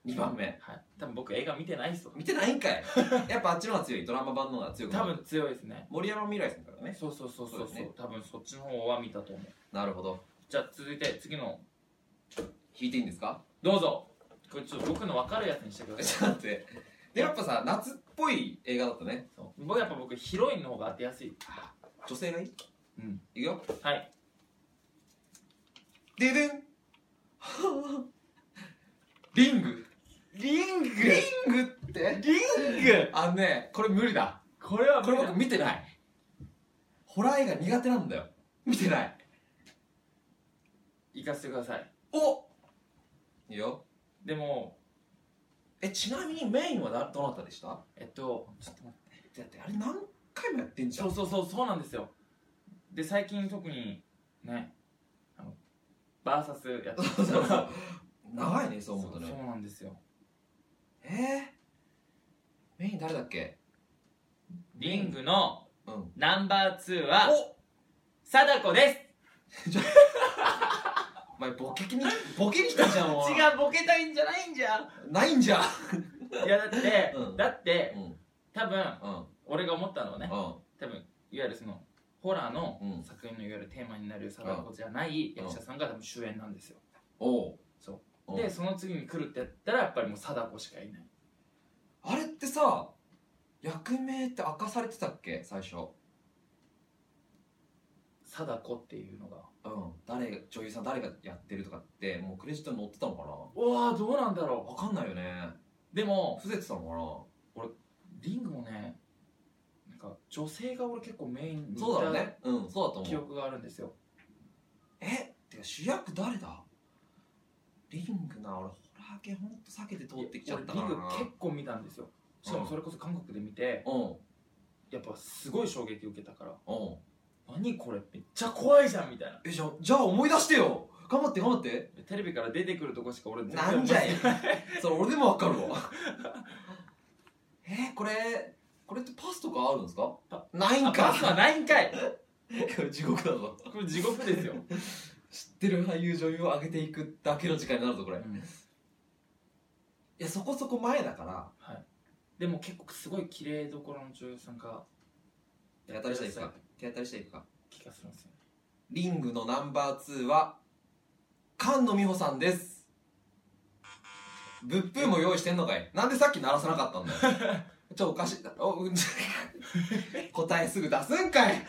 [SPEAKER 2] 2番目
[SPEAKER 1] あはい多分僕映画見てないっすわ
[SPEAKER 2] 見てない んかいやっぱあっちの方が強いドラマ版の方が強くな
[SPEAKER 1] 多
[SPEAKER 2] る
[SPEAKER 1] 分強いですね
[SPEAKER 2] 森山未來さんからね
[SPEAKER 1] そうそうそうそう
[SPEAKER 2] そう
[SPEAKER 1] そ
[SPEAKER 2] だね
[SPEAKER 1] う多分そっちの方は見たと思う
[SPEAKER 2] なるほど
[SPEAKER 1] じゃあ続いて次の
[SPEAKER 2] 弾いていいんですか
[SPEAKER 1] どうぞこれちょっと僕の分かるやつにしてくださ
[SPEAKER 2] ちょっと待ってでやっぱさ夏っぽい映画だったね
[SPEAKER 1] いそう僕やっぱ僕ヒロインの方が当てやすい
[SPEAKER 2] 女性がいい
[SPEAKER 1] うん
[SPEAKER 2] いくよ
[SPEAKER 1] はい
[SPEAKER 2] ででん リング
[SPEAKER 1] リング
[SPEAKER 2] リングって
[SPEAKER 1] リング
[SPEAKER 2] あのねこれ無理だ
[SPEAKER 1] これは
[SPEAKER 2] これ僕見てないホラー映画苦手なんだよ見てない
[SPEAKER 1] 行かせてください
[SPEAKER 2] おいいよ
[SPEAKER 1] でも
[SPEAKER 2] えちなみにメインはだどなたでしただ
[SPEAKER 1] えっとちょっと待って
[SPEAKER 2] ってあれ何回もやってんじゃ
[SPEAKER 1] そ
[SPEAKER 2] ん
[SPEAKER 1] うそうそうそうなんですよで最近特にねあのバーサスやってます
[SPEAKER 2] そうそうそう 長いねそう思うと
[SPEAKER 1] そう
[SPEAKER 2] ね
[SPEAKER 1] なんですよ
[SPEAKER 2] えー、メイン誰だっけ
[SPEAKER 1] リングの
[SPEAKER 2] うん
[SPEAKER 1] ナンバー2は貞子です
[SPEAKER 2] おお前ボケにボケにしたじゃんお前
[SPEAKER 1] 違うボケたいんじゃないんじゃ
[SPEAKER 2] ないんじゃん
[SPEAKER 1] いやだって、
[SPEAKER 2] うん
[SPEAKER 1] だって
[SPEAKER 2] うんうん
[SPEAKER 1] 多分
[SPEAKER 2] うん
[SPEAKER 1] 俺が思ったのはね
[SPEAKER 2] うん
[SPEAKER 1] 多分いわゆるそのホラーの
[SPEAKER 2] うん
[SPEAKER 1] 作品のいわゆるテーマになる貞子じゃない役者さんが多分主演なんですよ
[SPEAKER 2] おう
[SPEAKER 1] そ
[SPEAKER 2] おう
[SPEAKER 1] でその次に来るってやったらやっぱりもう貞子しかいない
[SPEAKER 2] あれってさ役名って明かされてたっけ最初
[SPEAKER 1] 貞子っていうのが
[SPEAKER 2] うん誰女優さん誰がやってるとかってもうクレジットに載ってたのかな
[SPEAKER 1] うわーどうなんだろ
[SPEAKER 2] わかんないよね
[SPEAKER 1] うでも
[SPEAKER 2] 伏せてたの
[SPEAKER 1] リングもねなんか女性が俺結構メインに
[SPEAKER 2] かないそうだろう
[SPEAKER 1] た
[SPEAKER 2] ねうんそうだと
[SPEAKER 1] 記
[SPEAKER 2] 思う
[SPEAKER 1] 憶があるんですよ
[SPEAKER 2] えてか主役誰だリングな俺ホラー系ほんと避けて通ってきちゃったか
[SPEAKER 1] いや
[SPEAKER 2] ら
[SPEAKER 1] 俺
[SPEAKER 2] な
[SPEAKER 1] リング結構見たんですよしかもそれこそ韓国で見て
[SPEAKER 2] うん
[SPEAKER 1] やっぱすごい衝撃受けたから
[SPEAKER 2] うん
[SPEAKER 1] 何これめっちゃ怖いじゃんみたいな
[SPEAKER 2] えじゃあじゃあ思い出してよ頑張って頑張って
[SPEAKER 1] テレビから出てくるとこしか俺全然
[SPEAKER 2] なんじゃい それ俺でもわかるわえこれこれってパスとかあるんですか
[SPEAKER 1] パ
[SPEAKER 2] ないん
[SPEAKER 1] あ
[SPEAKER 2] か
[SPEAKER 1] パスはないんかい
[SPEAKER 2] 地獄だぞ
[SPEAKER 1] これ地獄です よ、
[SPEAKER 2] 知ってる俳優女優を上げていくだけの時間になるぞこれ
[SPEAKER 1] うん
[SPEAKER 2] いやそこそこ前だから
[SPEAKER 1] はい、でも結構すごい綺麗どころの女優さんが
[SPEAKER 2] 手当たりしたいくか手当たりしたいくか
[SPEAKER 1] 気がするんですよ
[SPEAKER 2] リングのナンバー2は菅野美穂さんですブップーも用意してんのかいなんでさっき鳴らさなかったんだよちょおかしいおうん 答えすぐ出すんかい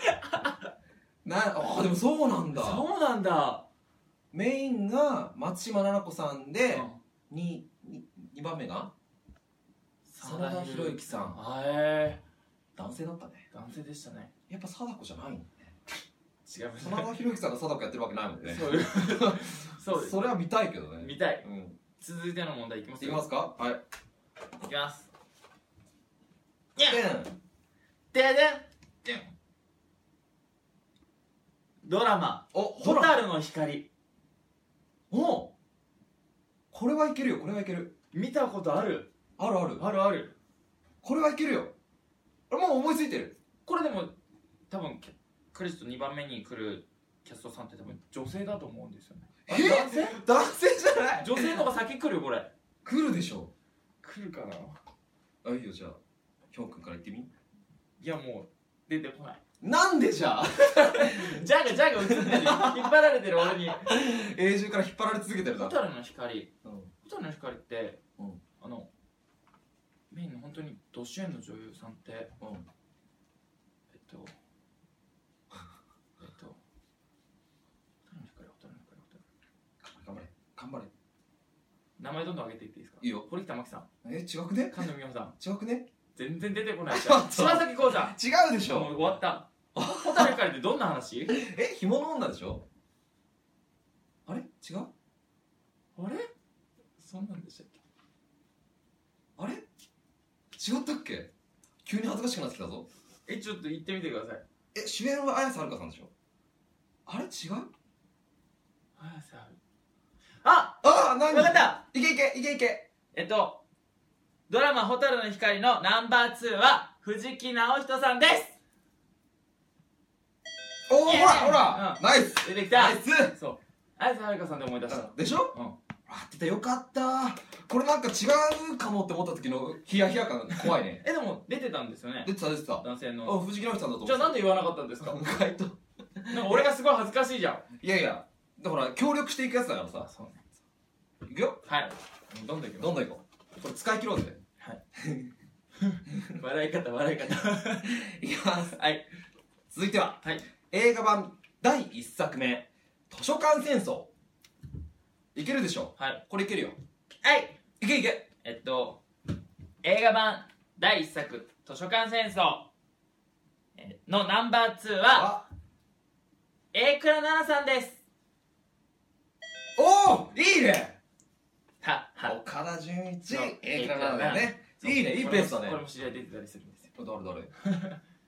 [SPEAKER 2] なあーでもそうなんだ
[SPEAKER 1] そうなんだ、
[SPEAKER 2] メインが松島菜々子さんで
[SPEAKER 1] うん、
[SPEAKER 2] 2, 2番目が真田広之さん
[SPEAKER 1] あえ
[SPEAKER 2] 男性だったね
[SPEAKER 1] ー、男性でしたね
[SPEAKER 2] やっぱ貞子じゃないんだね
[SPEAKER 1] 違いま
[SPEAKER 2] 真田広之さんが貞子やってるわけないもんね
[SPEAKER 1] そういうそうです
[SPEAKER 2] それは見たいけどね
[SPEAKER 1] 見たい
[SPEAKER 2] うん
[SPEAKER 1] 続いての問題いきます
[SPEAKER 2] いきますかはい
[SPEAKER 1] いきます
[SPEAKER 2] で
[SPEAKER 1] ででんでんドラマ「
[SPEAKER 2] おほら
[SPEAKER 1] 蛍の光
[SPEAKER 2] おこれはいけるよこれはいける」
[SPEAKER 1] 見たことある
[SPEAKER 2] あるある
[SPEAKER 1] あるある
[SPEAKER 2] これはいけるよあもう思いついてる
[SPEAKER 1] これでも多分キャクレジット2番目に来るキャストさんって多分女性だと思うんですよねあれ 男性
[SPEAKER 2] 男性じゃない
[SPEAKER 1] 女性の方が先来るよこれ
[SPEAKER 2] 来るでしょ
[SPEAKER 1] 来るかない
[SPEAKER 2] あいいよじゃあヒョン君から言ってみ
[SPEAKER 1] やもう出てこない
[SPEAKER 2] なんでじゃあ
[SPEAKER 1] ジャガジャガ映ってる引っ張られてる俺 に
[SPEAKER 2] 永住から引っ張られ続けてるだ
[SPEAKER 1] 蛍の光
[SPEAKER 2] うん
[SPEAKER 1] 蛍の光って、
[SPEAKER 2] うん
[SPEAKER 1] あのメインの本当にド主演の女優さんって
[SPEAKER 2] うん
[SPEAKER 1] えっ とえっと蛍の光蛍の光蛍の光
[SPEAKER 2] 頑張れ頑張れ
[SPEAKER 1] 名前どんどん上げていっていいですか
[SPEAKER 2] いいよ
[SPEAKER 1] 堀北真希さん
[SPEAKER 2] え違くね
[SPEAKER 1] 菅野美穂さん
[SPEAKER 2] 違くね
[SPEAKER 1] 全然出てこ ないじゃん
[SPEAKER 2] ちょ
[SPEAKER 1] 柴咲コウさん
[SPEAKER 2] 違うでし
[SPEAKER 1] もう終わった蛍光ってどんな 話
[SPEAKER 2] え紐の女でしょあれ違う
[SPEAKER 1] あれそんなんでしたっけ
[SPEAKER 2] あれ違ったっけ急に恥ずかしくなってきたぞ
[SPEAKER 1] えちょっと言ってみてください
[SPEAKER 2] え主演は綾瀬はるかさんでしょあれ違う
[SPEAKER 1] あさあ
[SPEAKER 2] ああ
[SPEAKER 1] あ
[SPEAKER 2] 何
[SPEAKER 1] 分かった
[SPEAKER 2] いけいけいけいけ
[SPEAKER 1] えっとドラマ「蛍の光」のナンバー2は藤木直人さんです
[SPEAKER 2] おおほ
[SPEAKER 1] イエーイ
[SPEAKER 2] らほら、
[SPEAKER 1] う
[SPEAKER 2] ナイス
[SPEAKER 1] 出てきた
[SPEAKER 2] ナイス
[SPEAKER 1] そう綾瀬はるかさんで思い出した
[SPEAKER 2] あでしょ
[SPEAKER 1] うん
[SPEAKER 2] あってたよかったこれなんか違うかもって思った時のヒヤヒヤ感怖いね
[SPEAKER 1] えでも出てたんですよね
[SPEAKER 2] 出てた出てたあ
[SPEAKER 1] 男性の
[SPEAKER 2] 藤木直樹さんだと思
[SPEAKER 1] じゃあなん
[SPEAKER 2] で
[SPEAKER 1] で言わなかったんですか
[SPEAKER 2] 回答
[SPEAKER 1] なんか俺がすごい恥ずかしいじゃん
[SPEAKER 2] いやいやだから協力していくやつだからさ
[SPEAKER 1] そうね
[SPEAKER 2] いくよ
[SPEAKER 1] はいどんどんいきます
[SPEAKER 2] どんどんいこうこれ使い切ろうぜ
[SPEAKER 1] 笑い方笑い方
[SPEAKER 2] いきます
[SPEAKER 1] はい
[SPEAKER 2] 続いては、
[SPEAKER 1] はい
[SPEAKER 2] 映画版第1作目「図書館戦争」いけるでしょ
[SPEAKER 1] はい
[SPEAKER 2] これいけるよ
[SPEAKER 1] はい
[SPEAKER 2] いけいけ
[SPEAKER 1] えっと映画版第1作「図書館戦争」えーのナンバー2は
[SPEAKER 2] あ
[SPEAKER 1] A 倉奈々さんです
[SPEAKER 2] おおいいね
[SPEAKER 1] はは
[SPEAKER 2] 岡田准一
[SPEAKER 1] の
[SPEAKER 2] 映画なんだよね
[SPEAKER 1] そう
[SPEAKER 2] いいねいいペースだ
[SPEAKER 1] これもこれ
[SPEAKER 2] ね
[SPEAKER 1] も知り合い出てたりするんですよ
[SPEAKER 2] どれどれ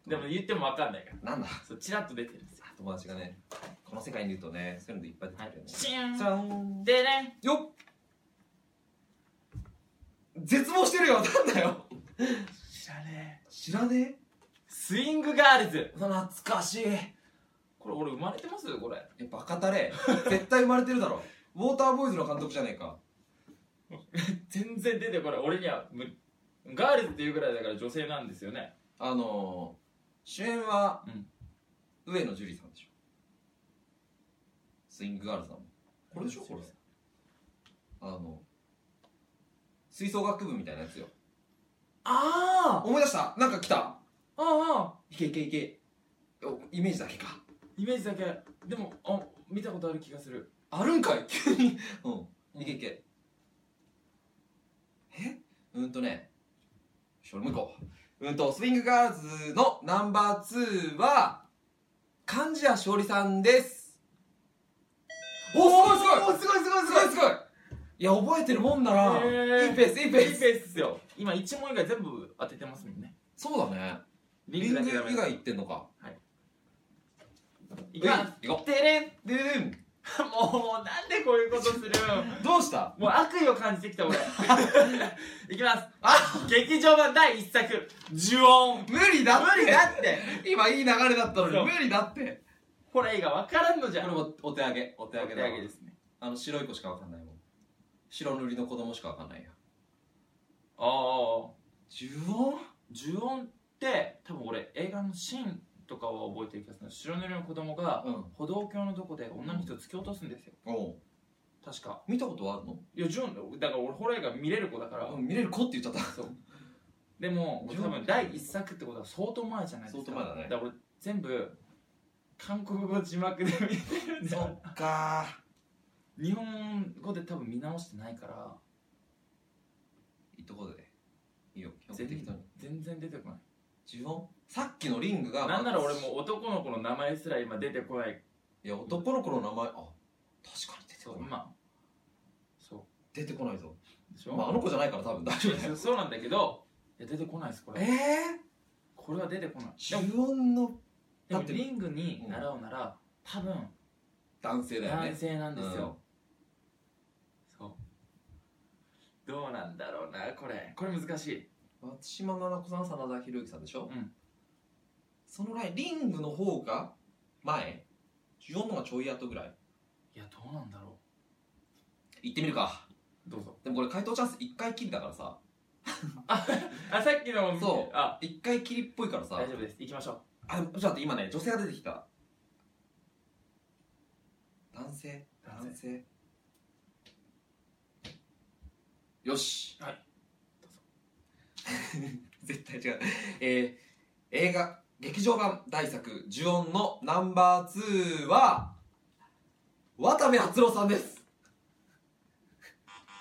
[SPEAKER 1] でも言っても分かんないから
[SPEAKER 2] なんだ
[SPEAKER 1] そうチラッと出てるんですよ
[SPEAKER 2] 友達がねこの世界にいるとねそういうのでいっぱい出て
[SPEAKER 1] は
[SPEAKER 2] く
[SPEAKER 1] い
[SPEAKER 2] るよね
[SPEAKER 1] シーン
[SPEAKER 2] じゃん
[SPEAKER 1] でね
[SPEAKER 2] よっ絶望してるよ なんだよ
[SPEAKER 1] 知らねえ
[SPEAKER 2] 知らね
[SPEAKER 1] スイングガールズ
[SPEAKER 2] え懐かしい
[SPEAKER 1] これ俺生まれてますこれ
[SPEAKER 2] えバカタレ絶対生まれてるだろウォーターボーイズの監督じゃねえか
[SPEAKER 1] 全然出てこない俺には無理ガールズっていうぐらいだから女性なんですよね
[SPEAKER 2] あのー、主演は、上野樹里さんでしょスイングガールズさんもこれでしょこれあの吹奏楽部みたいなやつよ
[SPEAKER 1] あー
[SPEAKER 2] 思い出したなんか来た
[SPEAKER 1] あああ
[SPEAKER 2] いけいけいけおイメージだけか
[SPEAKER 1] イメージだけでもあ見たことある気がする
[SPEAKER 2] あるんかい急に うんいけいけえうんとねよし俺もう一個うんとスイングガールズのナンバー2は貫地谷しおりさんですおおすごいすごいすごいすごいすごいいや覚えてるもんだな、
[SPEAKER 1] へー
[SPEAKER 2] いいペースいいペ
[SPEAKER 1] ペ
[SPEAKER 2] ー
[SPEAKER 1] ー
[SPEAKER 2] ス
[SPEAKER 1] スですよ今一問以外全部当ててますもんね
[SPEAKER 2] そうだねリ
[SPEAKER 1] リ
[SPEAKER 2] ン
[SPEAKER 1] ン
[SPEAKER 2] グ
[SPEAKER 1] グだけダ
[SPEAKER 2] 以
[SPEAKER 1] メ
[SPEAKER 2] 外いってんのか
[SPEAKER 1] いきま
[SPEAKER 2] いこ
[SPEAKER 1] すてれん
[SPEAKER 2] うででん
[SPEAKER 1] もうなんでこういうことするん
[SPEAKER 2] どうした
[SPEAKER 1] もう悪意を感じてきた 俺いきます
[SPEAKER 2] あ
[SPEAKER 1] 劇場版第1作「呪音
[SPEAKER 2] 無理だ」って
[SPEAKER 1] 無理だって
[SPEAKER 2] 今いい流れだったの
[SPEAKER 1] そう
[SPEAKER 2] に無理だって
[SPEAKER 1] これ映画分からんのじ
[SPEAKER 2] こ
[SPEAKER 1] ゃ
[SPEAKER 2] れ
[SPEAKER 1] ん
[SPEAKER 2] もお手上げお手上げだわ
[SPEAKER 1] ですね
[SPEAKER 2] あの白い子しかわかんないもん白塗りの子供しかわかんないや
[SPEAKER 1] ああ
[SPEAKER 2] 呪音
[SPEAKER 1] 呪音って多分俺映画のシーンとかは覚えてる気がする白塗りの子供が
[SPEAKER 2] うん
[SPEAKER 1] 歩道橋のとこで女の人を突き落とすんですよ
[SPEAKER 2] おう
[SPEAKER 1] 確か
[SPEAKER 2] 見たことはあるの
[SPEAKER 1] いやジョンだから俺ホラー映画見れる子だから、
[SPEAKER 2] うん見れる子っ て言っちゃった
[SPEAKER 1] そうでも
[SPEAKER 2] ジョン
[SPEAKER 1] 多分第一作ってことは相当前じゃないですか
[SPEAKER 2] 相当前だね
[SPEAKER 1] から俺全部韓国語字幕で見てるんだよ
[SPEAKER 2] っか
[SPEAKER 1] 日本語で多分見直してないから
[SPEAKER 2] いいとこでいいよ
[SPEAKER 1] 全
[SPEAKER 2] 適当に
[SPEAKER 1] 全然出てこない
[SPEAKER 2] 呪音さっきのリングが
[SPEAKER 1] なんなら俺もう男の子の名前すら今出てこない
[SPEAKER 2] いや男の子の名前あ確かに出て
[SPEAKER 1] そ
[SPEAKER 2] こ
[SPEAKER 1] う
[SPEAKER 2] ない
[SPEAKER 1] まあそ
[SPEAKER 2] 出てこないぞ
[SPEAKER 1] うでしょ、
[SPEAKER 2] まああの子じゃないから多分大丈夫だよ
[SPEAKER 1] そう そうなんだけどいや出てこないですこれ
[SPEAKER 2] え
[SPEAKER 1] これは出てこない
[SPEAKER 2] ー
[SPEAKER 1] でも
[SPEAKER 2] 呪音の
[SPEAKER 1] でも
[SPEAKER 2] だって
[SPEAKER 1] リングに習うなら多分
[SPEAKER 2] 男性だよ
[SPEAKER 1] 男
[SPEAKER 2] ね
[SPEAKER 1] 性なんです
[SPEAKER 2] うん
[SPEAKER 1] よ、そうどうなんだろうなこれこれ難しい
[SPEAKER 2] 松島菜々子さん真田広之さんでしょ、
[SPEAKER 1] うん
[SPEAKER 2] そのラインリングの方が前呪音の方がちょい後ぐらい
[SPEAKER 1] いやどうなんだろ
[SPEAKER 2] 行ってみるか
[SPEAKER 1] うどうぞ
[SPEAKER 2] でもこれ回答チャンス1回きりだからさ
[SPEAKER 1] あさっきのも
[SPEAKER 2] そう
[SPEAKER 1] あ
[SPEAKER 2] 1回きりっぽいからさ
[SPEAKER 1] 大丈夫です行きましょう
[SPEAKER 2] あでもちょっと待って今ね女性が出てきた男性
[SPEAKER 1] 男性
[SPEAKER 2] 男性よし
[SPEAKER 1] はいどうぞ
[SPEAKER 2] 絶対違うえー、映画劇場版大作「呪音」のナンバー2は渡部篤郎さんです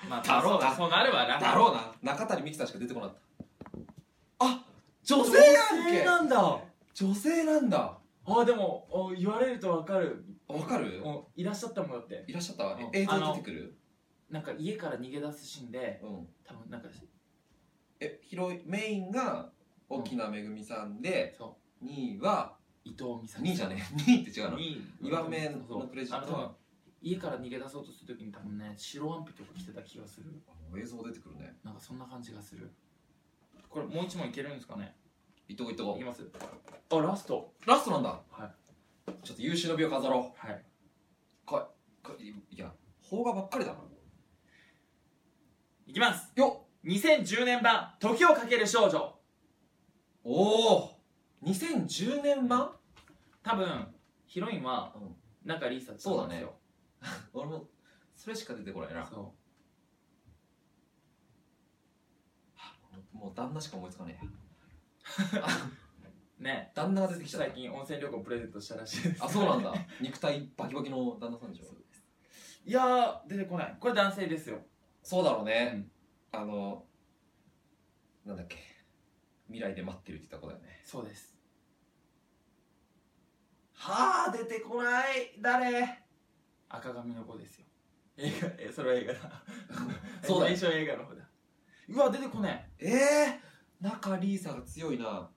[SPEAKER 1] まあ
[SPEAKER 2] だろうな
[SPEAKER 1] そうなるわな
[SPEAKER 2] だろうな中谷美紀さんしか出てこなかったあ女性
[SPEAKER 1] 女性
[SPEAKER 2] やん
[SPEAKER 1] なんだ
[SPEAKER 2] け女性なんだ
[SPEAKER 1] あでもお言われるとわかる
[SPEAKER 2] わかる
[SPEAKER 1] おいらっしゃったもんだって
[SPEAKER 2] いらっしゃった
[SPEAKER 1] うん
[SPEAKER 2] え映
[SPEAKER 1] あ
[SPEAKER 2] 像
[SPEAKER 1] の
[SPEAKER 2] 出てくる
[SPEAKER 1] なんか家から逃げ出すシーンで
[SPEAKER 2] うん
[SPEAKER 1] 多分なんか
[SPEAKER 2] え広いメインが沖縄めぐみさんで、
[SPEAKER 1] そ
[SPEAKER 2] 2位は
[SPEAKER 1] う伊藤美咲
[SPEAKER 2] 2位じゃねえ2位って違うの
[SPEAKER 1] に
[SPEAKER 2] 2番目のクレジット
[SPEAKER 1] そうあの多分
[SPEAKER 2] は
[SPEAKER 1] 家から逃げ出そうとするときに多分ね白ワンピとか着てた気がする
[SPEAKER 2] あ映像出てくるね
[SPEAKER 1] なんかそんな感じがするこれもう一問いけるんですかね
[SPEAKER 2] いっとこいっと
[SPEAKER 1] い
[SPEAKER 2] こ
[SPEAKER 1] きますあラスト
[SPEAKER 2] ラストなんだ
[SPEAKER 1] は
[SPEAKER 2] ちょっと優秀の美を飾ろ
[SPEAKER 1] はい、
[SPEAKER 2] うこいいや邦画ばっかりだない
[SPEAKER 1] きます
[SPEAKER 2] よっ
[SPEAKER 1] 2010年版「時をかける少女
[SPEAKER 2] おお2010年版」
[SPEAKER 1] 多分ヒロインは
[SPEAKER 2] うん
[SPEAKER 1] 中里依紗ちゃん
[SPEAKER 2] そうだ
[SPEAKER 1] です
[SPEAKER 2] ね
[SPEAKER 1] よ
[SPEAKER 2] 俺もそれしか出てこないな
[SPEAKER 1] そ
[SPEAKER 2] もう旦那しか思いつかねえ
[SPEAKER 1] うね
[SPEAKER 2] 旦那が出てきちゃっ
[SPEAKER 1] 最近温泉旅行プレゼントしたらしいです
[SPEAKER 2] たあそうなんだ肉体バキバキの旦那さんでしょ
[SPEAKER 1] そういやー出てこないこれ男性ですよ
[SPEAKER 2] そうだろうね、あのなんだっけ未来で待ってるって言った子だよね
[SPEAKER 1] そうです
[SPEAKER 2] はあ出てこない誰
[SPEAKER 1] 赤髪の子ですよ映画えそれは映画だ
[SPEAKER 2] そうだよ
[SPEAKER 1] 最初映画の方だうわ出てこない
[SPEAKER 2] ええ仲リーサが強いな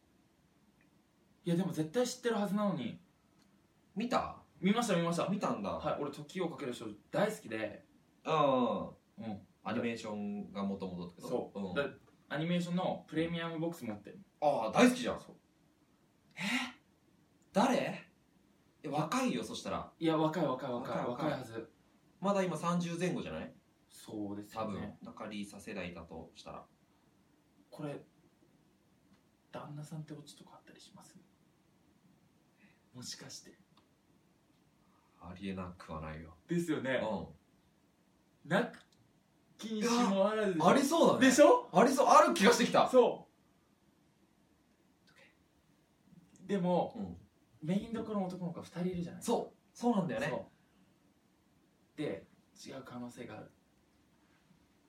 [SPEAKER 2] い
[SPEAKER 1] やでも絶対知ってるはずなのに
[SPEAKER 2] 見た
[SPEAKER 1] 見ました見ました
[SPEAKER 2] 見たんだ、
[SPEAKER 1] はい俺時をかける少女大好きで
[SPEAKER 2] うん
[SPEAKER 1] うん
[SPEAKER 2] アニメーションがもともとってこと
[SPEAKER 1] そう、
[SPEAKER 2] ん
[SPEAKER 1] だアニメーションのプレミアムボックス持ってる
[SPEAKER 2] ああ大好きじゃん
[SPEAKER 1] そう
[SPEAKER 2] 誰え若いよそしたら
[SPEAKER 1] いや若い若い若い
[SPEAKER 2] 若い
[SPEAKER 1] 若
[SPEAKER 2] 若
[SPEAKER 1] い
[SPEAKER 2] い
[SPEAKER 1] はず
[SPEAKER 2] まだ今30前後じゃない
[SPEAKER 1] そうです
[SPEAKER 2] 多
[SPEAKER 1] よ
[SPEAKER 2] 分、
[SPEAKER 1] ね
[SPEAKER 2] 中リーサ世代だとしたら
[SPEAKER 1] これ旦那さんってオチとかあったりしますもしかして
[SPEAKER 2] ありえなくはないよ、
[SPEAKER 1] ですよねなく禁止もあらずで
[SPEAKER 2] うん、
[SPEAKER 1] しょ
[SPEAKER 2] ありそうだね
[SPEAKER 1] でしょ
[SPEAKER 2] ありそうある気がしてきた
[SPEAKER 1] そうでも
[SPEAKER 2] うん
[SPEAKER 1] メインどころの男の子が2人いるじゃないですか
[SPEAKER 2] そうそうなんだよね
[SPEAKER 1] そうで違う可能性がある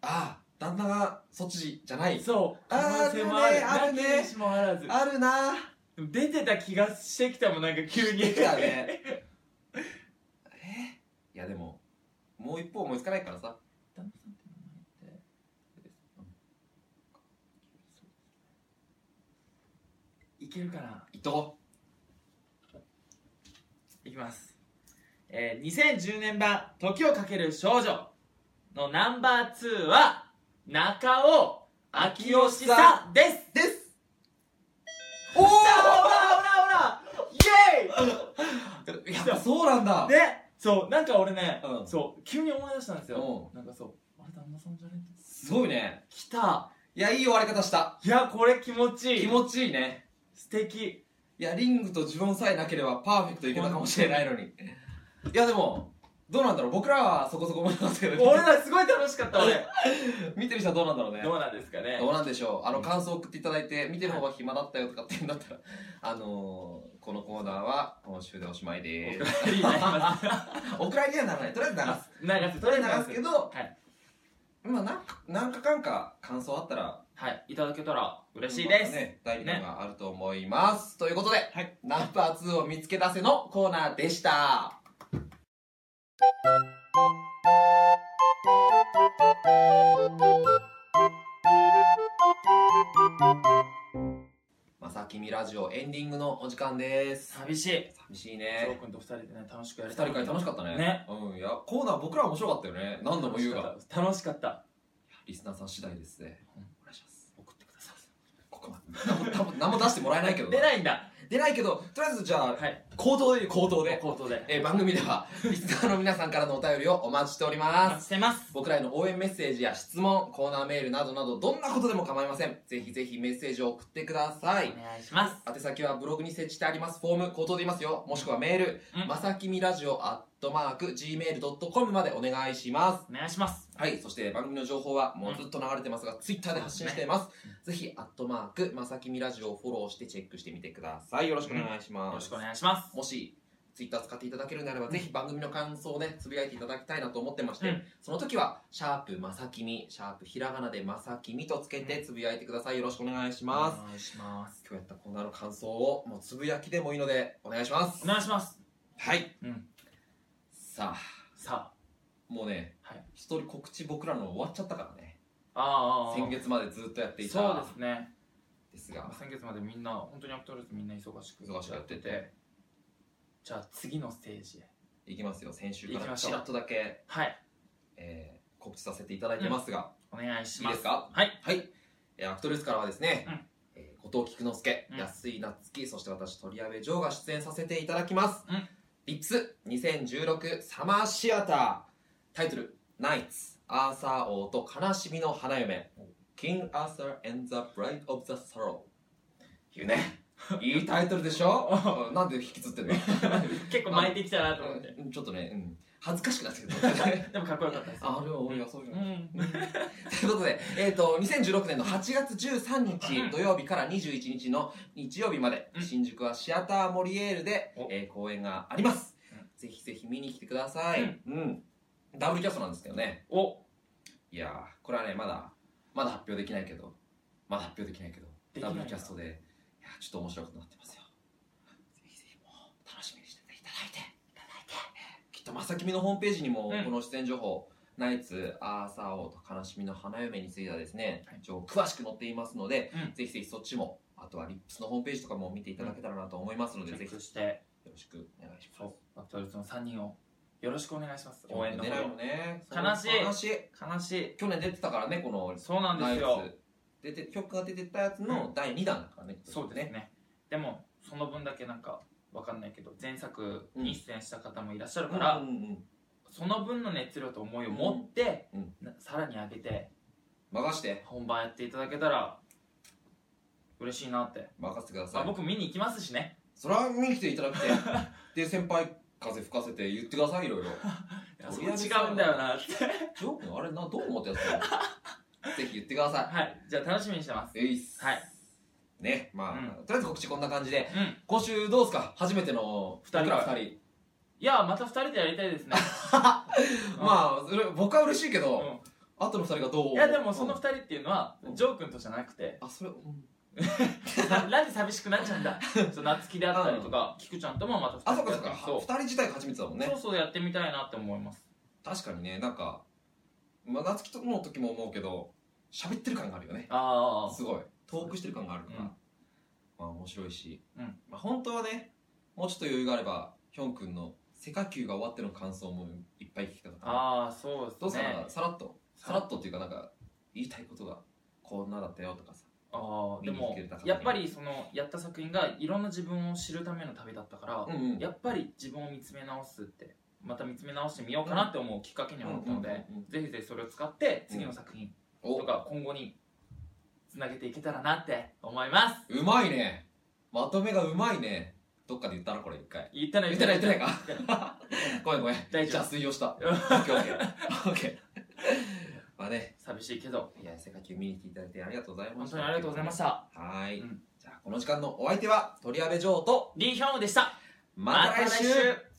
[SPEAKER 2] ああ旦那がそっちじゃない
[SPEAKER 1] そう可
[SPEAKER 2] あー
[SPEAKER 1] 能性もある
[SPEAKER 2] あるねあ
[SPEAKER 1] な
[SPEAKER 2] るね
[SPEAKER 1] きにしもあらず
[SPEAKER 2] あるな
[SPEAKER 1] でも出てた気がしてきたもんなんか急 に
[SPEAKER 2] できたねえいやでももう一方思いつかないからさ
[SPEAKER 1] 旦那さんって名前っていけるかな
[SPEAKER 2] 伊藤
[SPEAKER 1] いきます、えー、2010年版「時をかける少女」のナンバー2は中尾明義さんです
[SPEAKER 2] ですおお
[SPEAKER 1] ほらほらほらほらイエ
[SPEAKER 2] やっぱそうなんだ
[SPEAKER 1] ーイでそうなんか俺ね、
[SPEAKER 2] うん
[SPEAKER 1] そう急に思い出したんですよ、なんかそうあれ旦那さんじゃね
[SPEAKER 2] すごいね
[SPEAKER 1] 来た
[SPEAKER 2] いやいい終わり方した
[SPEAKER 1] いやこれ気持ちいい
[SPEAKER 2] 気持ちいいね
[SPEAKER 1] 素敵
[SPEAKER 2] いやリングと呪文さえなければパーフェクトいけたかもしれない のにいやでもどうなんだろう僕らはそこそこ思いますけど
[SPEAKER 1] 俺らすごい楽しかった俺
[SPEAKER 2] 見てる人はどうなんだろうね
[SPEAKER 1] どうなんですかね
[SPEAKER 2] どうなんでしょうあの感想を送っていただいて見てる方が暇だったよとかっていうんだったらあのー、このコーナーは今週でおしまいでーす
[SPEAKER 1] いいなり ます
[SPEAKER 2] お蔵入りにはならないとりあえず流す
[SPEAKER 1] 流す
[SPEAKER 2] とりあえず流すけど、
[SPEAKER 1] はい
[SPEAKER 2] まあなんかなんかかんか感想あったら
[SPEAKER 1] はいいただけたら嬉しいです、
[SPEAKER 2] ね、第2弾があると思います、ということで、
[SPEAKER 1] はい
[SPEAKER 2] ナンバー2を見つけ出せのコーナーでしたまさきみラジオエンディングのお時間です
[SPEAKER 1] 寂しい
[SPEAKER 2] 寂し
[SPEAKER 1] 翔
[SPEAKER 2] いね
[SPEAKER 1] くんと二人でね楽しくや
[SPEAKER 2] 二
[SPEAKER 1] れ
[SPEAKER 2] 人
[SPEAKER 1] た
[SPEAKER 2] 会楽しかったね
[SPEAKER 1] ね
[SPEAKER 2] うんいやコーナー僕ら面白かったよね何度も言うが
[SPEAKER 1] 楽しかった楽しかった
[SPEAKER 2] リスナーさん次第ですね、
[SPEAKER 1] うん
[SPEAKER 2] お願いします
[SPEAKER 1] 送ってください
[SPEAKER 2] ここまで何も多分何も出してもらえないけど
[SPEAKER 1] 出ないんだ
[SPEAKER 2] 出ないけどとりあえずじゃあ、
[SPEAKER 1] はい
[SPEAKER 2] 口頭でいい口頭で、
[SPEAKER 1] 口頭で
[SPEAKER 2] えー番組で はリスナーの皆さんからのお便りをお待ちしており
[SPEAKER 1] お
[SPEAKER 2] ま
[SPEAKER 1] 待
[SPEAKER 2] す
[SPEAKER 1] ちしてます
[SPEAKER 2] 僕らへの応援メッセージや質問コーナーメールなどなどどんなことでも構いませんぜひぜひメッセージを送ってください
[SPEAKER 1] お願いします
[SPEAKER 2] 宛先はブログに設置してありますフォーム口頭で言いますよもしくはメール、
[SPEAKER 1] うん
[SPEAKER 2] まさきみラジオアットマーク Gmail.com までお願いします
[SPEAKER 1] お願いします
[SPEAKER 2] はい、そして番組の情報はもうずっと流れてますが、ツイッターで発信しています。ぜひ、アットマーク、まさきみラジオをフォローしてチェックしてみてください。よろしくお願いしま
[SPEAKER 1] よ
[SPEAKER 2] す。
[SPEAKER 1] ろしくお願いします
[SPEAKER 2] もし、ツイッター使っていただけるならば、ぜひ番組の感想をね、つぶやいていただきたいなと思ってまして、
[SPEAKER 1] うん
[SPEAKER 2] その時は、シャープまさきみ、シャープひらがなでまさきみとつけてつぶやいてください。よろしくお願いします。
[SPEAKER 1] お願いします
[SPEAKER 2] 今日やったコーナーの感想を、もうつぶやきでもいいので、お願いします
[SPEAKER 1] お。願いします
[SPEAKER 2] はい。
[SPEAKER 1] うん
[SPEAKER 2] さあ、
[SPEAKER 1] さ
[SPEAKER 2] もうね、
[SPEAKER 1] はい
[SPEAKER 2] 一人告知僕らの終わっちゃったからね。
[SPEAKER 1] ああああ
[SPEAKER 2] 先月までずっとやっていた
[SPEAKER 1] そうですね
[SPEAKER 2] ですが
[SPEAKER 1] 先月までみんな本当にアクトルーズみんな忙しく
[SPEAKER 2] 忙しくやってて
[SPEAKER 1] じゃあ次のステージへ
[SPEAKER 2] いきますよ先週
[SPEAKER 1] い
[SPEAKER 2] か
[SPEAKER 1] き
[SPEAKER 2] ら
[SPEAKER 1] ましょ
[SPEAKER 2] ち
[SPEAKER 1] う
[SPEAKER 2] らっとだけ、
[SPEAKER 1] はい
[SPEAKER 2] えー告知させていただいてますが、
[SPEAKER 1] お願いし
[SPEAKER 2] いい
[SPEAKER 1] ます
[SPEAKER 2] ですか
[SPEAKER 1] はい
[SPEAKER 2] はい、えーアクトルースからはですね、
[SPEAKER 1] うん
[SPEAKER 2] えー後藤菊之助、
[SPEAKER 1] うん
[SPEAKER 2] 安井夏樹そして私鳥矢部城が出演させていただきます、
[SPEAKER 1] うん
[SPEAKER 2] リッツ2016サマーシアタータイトル「ナイツアーサー王と悲しみの花嫁」King Arthur and the Bride of the Sorrow いうねいいタイトルでしょなんで引きずってんの
[SPEAKER 1] 結構巻いてきたなと思って
[SPEAKER 2] うんちょっとね、うん恥ずかしくなってきた
[SPEAKER 1] でもかっこよかったですよ
[SPEAKER 2] あれは俺がそういううんのということで、えー、と2016年の8月13日土曜日から21日の日曜日まで、
[SPEAKER 1] うん
[SPEAKER 2] 新宿はシアターモリエールで
[SPEAKER 1] お、
[SPEAKER 2] えー公演があります、
[SPEAKER 1] うん
[SPEAKER 2] ぜひぜひ見に来てください、うんダブルキャストなんですけどね
[SPEAKER 1] お
[SPEAKER 2] いやーこれはねまだまだ発表できないけどまだ発表できないけど
[SPEAKER 1] できな
[SPEAKER 2] ダ
[SPEAKER 1] いな
[SPEAKER 2] ブルキャストでいやーちょっと面白くなってますよぜひぜひもう楽しみにしていただいていただいてきっとまさきみのホームページにも
[SPEAKER 1] うん
[SPEAKER 2] この出演情報、ナイツ、アーサー王と悲しみの花嫁についてはですね、
[SPEAKER 1] はい
[SPEAKER 2] 一応詳しく載っていますので、
[SPEAKER 1] うん
[SPEAKER 2] ぜひぜひそっちも、あとはリップスのホームページとかも見ていただけたらなと思いますので、
[SPEAKER 1] チェ
[SPEAKER 2] ぜ
[SPEAKER 1] ッ
[SPEAKER 2] ひよ
[SPEAKER 1] クして
[SPEAKER 2] ろしくお願いしま
[SPEAKER 1] そう
[SPEAKER 2] す。
[SPEAKER 1] バトルズの3人をよろしくお願いします応援のほ
[SPEAKER 2] 狙い
[SPEAKER 1] ど
[SPEAKER 2] もね、
[SPEAKER 1] 悲しい
[SPEAKER 2] 悲しい。
[SPEAKER 1] 悲しい
[SPEAKER 2] 去年出てたからね、この
[SPEAKER 1] そうなんですよ
[SPEAKER 2] ナイツ出て曲が出てたやつの第2弾だからね、
[SPEAKER 1] そうですねでもその分だけなんかわかんないけど前作に出演した方もいらっしゃる
[SPEAKER 2] だか、
[SPEAKER 1] からら、
[SPEAKER 2] うんうん
[SPEAKER 1] その分の熱量と思いを持って、
[SPEAKER 2] うんうん
[SPEAKER 1] なさらに上げて
[SPEAKER 2] 任して
[SPEAKER 1] 本番やっていただけたら嬉しいなって、
[SPEAKER 2] 任せてくだ
[SPEAKER 1] ま
[SPEAKER 2] さ
[SPEAKER 1] あ、
[SPEAKER 2] い
[SPEAKER 1] 僕見に行きますしね
[SPEAKER 2] それは見に来ていただくて で先輩風吹かせて言ってくださいいろいろ
[SPEAKER 1] あそこ違うんだよなって
[SPEAKER 2] ジョー君あれなどう思ってやってた のぜひ言ってくださ
[SPEAKER 1] はいじゃあ楽しみにしてます
[SPEAKER 2] いえいっす
[SPEAKER 1] はい
[SPEAKER 2] ねまあ、とりあえず告知こんな感じで
[SPEAKER 1] うん
[SPEAKER 2] 今週どうですか初めての
[SPEAKER 1] 二人
[SPEAKER 2] 僕ら二人
[SPEAKER 1] いやまた2人でやりたいですね、 うん
[SPEAKER 2] まあそれ僕は嬉しいけ
[SPEAKER 1] う
[SPEAKER 2] ど、
[SPEAKER 1] ん
[SPEAKER 2] 後の二人がどう
[SPEAKER 1] い
[SPEAKER 2] い
[SPEAKER 1] やでもその2人っていうのは、
[SPEAKER 2] うん
[SPEAKER 1] ジョー君とじゃなくて
[SPEAKER 2] あそれ、うん
[SPEAKER 1] ななんで寂しくなっちゃうん だそう夏希であったりとか、菊ちゃんともまた
[SPEAKER 2] あ
[SPEAKER 1] 2
[SPEAKER 2] そ
[SPEAKER 1] 人
[SPEAKER 2] っ
[SPEAKER 1] で
[SPEAKER 2] か
[SPEAKER 1] や
[SPEAKER 2] そ
[SPEAKER 1] っ
[SPEAKER 2] ったか
[SPEAKER 1] り
[SPEAKER 2] は二人自体が初めてだもんね
[SPEAKER 1] そうそうやってみたいなって思います
[SPEAKER 2] 確かにねなんか、まあ、夏希との時も思うけど喋ってる感があるよね
[SPEAKER 1] ああ
[SPEAKER 2] すごいトークしてる感があるから、
[SPEAKER 1] うん
[SPEAKER 2] まあ面白いし、
[SPEAKER 1] うん
[SPEAKER 2] まあ、本当はねもうちょっと余裕があればヒョン君の世界球が終わっての感想もいっぱい聞きたかったな
[SPEAKER 1] ああそうですね
[SPEAKER 2] どうすか、なんかさらっとさらっとっていうかなんか言いたいことがこんなだったよとかさ
[SPEAKER 1] ああで
[SPEAKER 2] 見に
[SPEAKER 1] も
[SPEAKER 2] 来てくれた方
[SPEAKER 1] やっぱりそのやった作品がいろんな自分を知るための旅だったから、
[SPEAKER 2] うんうん
[SPEAKER 1] やっぱり自分を見つめ直すってまた見つめ直してみようかなって思うきっかけにはなったので、
[SPEAKER 2] うんうんうん
[SPEAKER 1] ぜひぜひそれを使って次の作品
[SPEAKER 2] お
[SPEAKER 1] とか今後につなげていけたらなって思います
[SPEAKER 2] うまいねまとめがうまいねどっかで言ったなこれ一回
[SPEAKER 1] 言ったら
[SPEAKER 2] 言ってない言ってない
[SPEAKER 1] か
[SPEAKER 2] か ごめんごめん
[SPEAKER 1] 大丈夫
[SPEAKER 2] じゃあ水 曜した
[SPEAKER 1] うん
[SPEAKER 2] オッケーオッケーオッケーまあね
[SPEAKER 1] 寂しいけど
[SPEAKER 2] いや世界球見に来ていただいてありがとうございま
[SPEAKER 1] 本
[SPEAKER 2] した
[SPEAKER 1] 当にありがとうございました
[SPEAKER 2] はーい、
[SPEAKER 1] うん
[SPEAKER 2] じゃあこの時間のお相手は鳥矢部城と
[SPEAKER 1] リーヒョンウでした
[SPEAKER 2] また来週
[SPEAKER 1] また来週